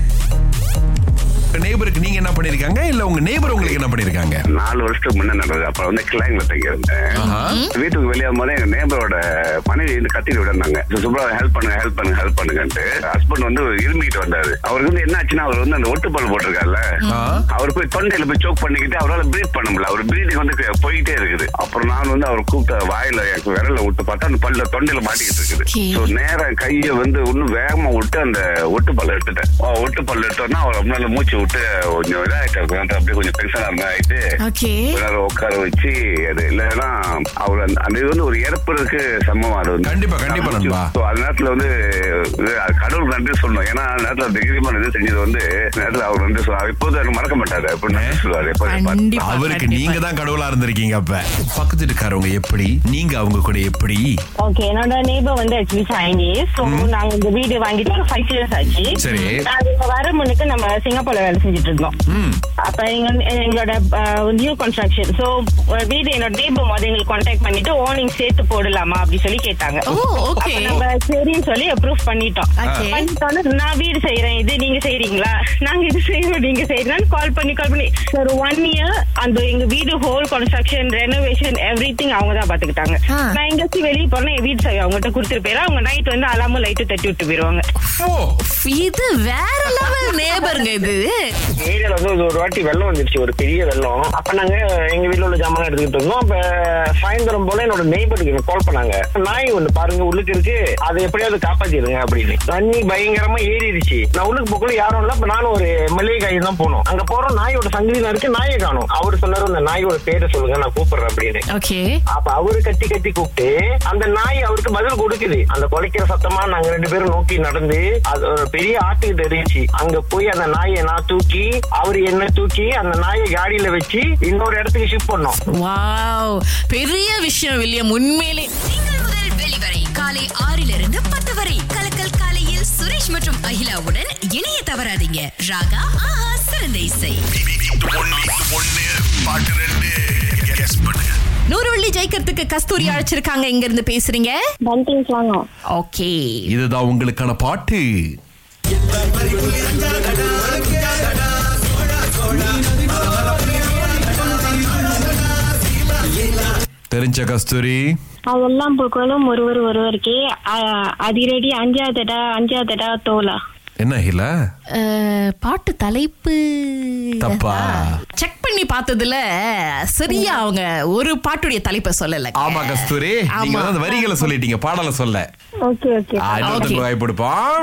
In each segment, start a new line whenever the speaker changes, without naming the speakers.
நெய்பருக்கு நீங்க என்ன பண்ணிருக்காங்க இல்ல உங்க நெய்பர் உங்களுக்கு என்ன பண்ணிருக்காங்க
நாலு வருஷத்துக்கு முன்ன நடந்தது அப்ப வந்து கிளாங்ல தங்கியிருந்தேன் வீட்டுக்கு வெளியே போது எங்க நேபரோட மனைவி வந்து கத்திட்டு விடனாங்க சுப்ரா ஹெல்ப் பண்ணுங்க ஹெல்ப் பண்ணுங்க ஹெல்ப் பண்ணுங்கன்ட்டு ஹஸ்பண்ட் வந்து இருமிக்கிட்டு வந்தாரு அவருக்கு வந்து என்ன ஆச்சுன்னா அவர் வந்து அந்த ஒட்டுப்பால் போட்டிருக்காருல்ல அவர் போய் தொண்டையில போய் சோக் பண்ணிக்கிட்டு அவரால் பிரீத் பண்ண முடியல அவர் பிரீதிங் வந்து போயிட்டே இருக்குது அப்புறம் நான் வந்து அவர் கூப்பிட்ட வாயில எனக்கு விரல விட்டு பார்த்தா அந்த பல்ல தொண்டையில மாட்டிக்கிட்டு இருக்குது
Okay.
So, நேரா கையை வந்து இன்னும் வேகமா விட்டு அந்த ஒட்டு பல்ல எடுத்துட்டேன் ஆ, ஒட்டு பல்ல எடுத்தோன்னா அவர் அப்படினால மூச்சு விட்டு கொஞ்சம் இதாயிட்டு அப்படியே கொஞ்சம் பெருசா இருந்த ஆயிட்டு
ஓகே
கொஞ்ச நேரம் உட்கார வச்சு அது இல்லைன்னா அவர் அந்த- அந்த இது வந்து ஒரு இறப்புறதுக்கு சமமா அது வந்து
கண்டிப்பா, கண்டிப்பா நண்பா.
So, அந்த நேரத்துல வந்து இது கடவுளுக்கு நன்றி சொல்லணும் ஏன்னா அந்த நேரத்துல திகிரிமான இது செஞ்சது வந்து அந்த நேரத்துல அவர் வந்து சொன்னார் இப்போது எனக்கு மறக்க மாட்டாரு அப்படின்னு நன்றி சொல்லுவாரு எப்போ
கண்டிப்பா
அவருக்கு
கண்டிப்பா.
நீங்க தான் கடவுளா இருந்திருக்கீங்க அப்ப பக்கத்து இருக்காரவங்க எப்படி நீங்க அவங்க கூட எப்படி
ஓகே என்னோட நேபர் வந்து ஆக்சுவலி சைனீஸ் ஸோ நாங்க இந்த வீடு வாங்கிட்டு ஒரு ஃபைவ் இயர்ஸ் ஆச்சு
சரி.
நாங்க இங்க வர முன்னுக்கு நம்ம சிங்கப்பூர்ல வேலை செஞ்சுட்டு இருந்தோம் அப்ப எங்க எங்களோட நியூ கன்ஸ்ட்ரக்ஷன் ஸோ வீடு என்னோட நேபர் மொதல் எங்களுக்கு கான்டாக்ட் பண்ணிட்டு ஓனிங் சேர்த்து போடலாமா அப்படி சொல்லி கேட்டாங்க
ஓ, okay.
அப்ப நம்ம சரின்னு சொல்லி அப்ரூவ் பண்ணிட்டோம்
Okay.
பண்ணிட்டோம்னா நான் வீடு செய்யறேன் இது நீங்க செய்றீங்களா நாங்க இது செய்யறோம் நீங்க செய்யறேன்னு கால் பண்ணி கால் பண்ணி ஒரு ஒன் இயர் அந்த எங்க வீடு whole construction renovation everything அவங்க தான் பாத்துக்கிட்டாங்க
ஆ.
நான் எங்கேயாச்சும் வெளியே போனா என் வீட்டு சாவி அவங்ககிட்ட கொடுத்துட்டு போயிடும் அவங்க நைட் வந்து அலாமும் லைட்டு தட்டி விட்டு போயிருவாங்க
இது வேற லெவல் நேபருங்க இது
ஏரியால வந்து ஒரு- ஒரு வாட்டி வெள்ளம் வந்துருச்சு ஒரு பெரிய வெள்ளம் அப்ப நாங்க எங்க வீட்ல உள்ள ஜாமான் எடுத்துக்கிட்டு இருந்தோம் அப்ப சாயந்தரம் போல என்னோட நெய்பருக்கு எனக்கு கால் பண்ணாங்க நாய் ஒண்ணு பாருங்க உள்ளுக்கு இருக்கு அதை எப்படியாவது காப்பாத்திடுங்க அப்படின்னு தண்ணி பயங்கரமா ஏறிடுச்சு நான் உள்ளுக்கு போக்குள்ள யாரும் இல்ல அப்ப நானும் ஒரு மளிகை காய் தான் போனோம் அங்க போறோம் நாயோட சங்கிலி இருக்கு நாயை காணும் அவர் சொன்னாரு அந்த நாயோட பேரை சொல்லுங்க நான் கூப்பிடுறேன் அப்படின்னு
ஓகே
அப்ப அவரு கத்தி கத்தி கூப்பிட்டு அந்த நாய் அவருக்கு பதில் கொடுக்குது அந்த குலைக்கிற சத்தமா நாங்க ரெண்டு பேரும் நோக்கி நடந்து அது ஒரு பெரிய ஆட்டுக்கிட்ட இருந்துச்சு அங்க போய் அந்த நாயை நான் தூக்கி அவரு என்ன தூக்கி அந்த நாயை காடியில வச்சு இன்னொரு இடத்துக்கு ஷிஃப்ட் பண்ணோம்
வாவ் பெரிய விஷயம் வில்லியம் உண்மையிலே
திங்கள் முதல் வெளிவரை காலை ஆறிலிருந்து பத்து வரை கலக்கல் காலையில் சுரேஷ் மற்றும் அகிலாவுடன் இணைய தவறாதீங்க ராகா ஆஹா சிறந்த இசை
ஒன்னு பாட்டு ரெண்டு கெஸ் பண்ணுங்க
நூறு வெள்ளி ஜெயிக்கிறதுக்கு கஸ்தூரி அழைச்சிருக்காங்க இங்க இருந்து பேசுறீங்க
பண்டிங்ஸ் வாங்க
ஓகே
இதுதான் உங்களுக்கான பாட்டு தெரிஞ்ச கஸ்தூரி
அதெல்லாம் புகழும் ஒருவர் ஒருவருக்கே அ- அதிரடி அஞ்சாதடா அஞ்சாதடா தோலா
என்ன ஹில
அஹ், பாட்டு தலைப்பு
தப்பா.
செக் பண்ணி பார்த்ததுல சரியா அவங்க ஒரு பாட்டுடைய தலைப்பை சொல்லல
ஆமா கஸ்தூரி நீங்க
ஆமா.
வந்து அந்த வரிகளை சொல்லிட்டீங்க பாடலை சொல்ல
ஓகே ஓகே
ஆ, இன்னொருத்தருக்கு
Okay.
வாய்ப்பு கொடுப்போம்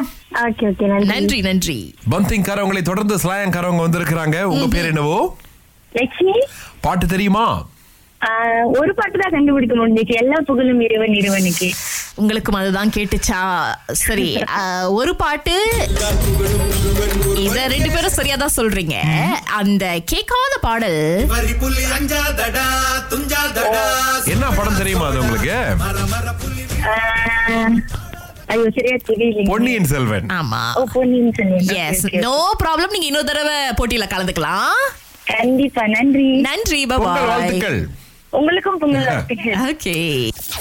ஓகே ஓகே நன்றி
நன்றி நன்றி
பந்திங் காரவங்களை தொடர்ந்து ஸ்லாயம் காரவங்க வந்திருக்கிறாங்க உங்க பேர் என்னவோ
லட்சுமி
பாட்டு தெரியுமா
ஆ, ஒரு பாட்டு தான் கண்டுபிடிக்க முடிஞ்சுச்சு எல்லா புகழும் இறைவன் இறைவனுக்கு
உங்களுக்கும் அதுதான் கேட்டுச்சா சரி அஹ், ஒரு பாட்டு இத ரெண்டு பேரும் சரியா தான் சொல்றீங்க அந்த கேட்காத பாடல்
வரி புள்ளி அஞ்சாதடா துஞ்சாதடா
என்ன படம் தெரியுமா அது உங்களுக்கு
ஆ, ஐயோ சரியா தெரியல
பொன்னியின் செல்வன்
ஆமா
ஓ Ponniyin Selvan.
Yes
Okay, okay.
No problem நீங்க இன்னொரு தடவை போட்டியில கலந்துக்கலாம்
கண்டிப்பா நன்றி
நன்றி
பொங்கல்
பாபாய்
வாழ்த்துக்கள்
உங்களுக்கும் பொங்கல் வாழ்த்துக்கள்.
ஓகே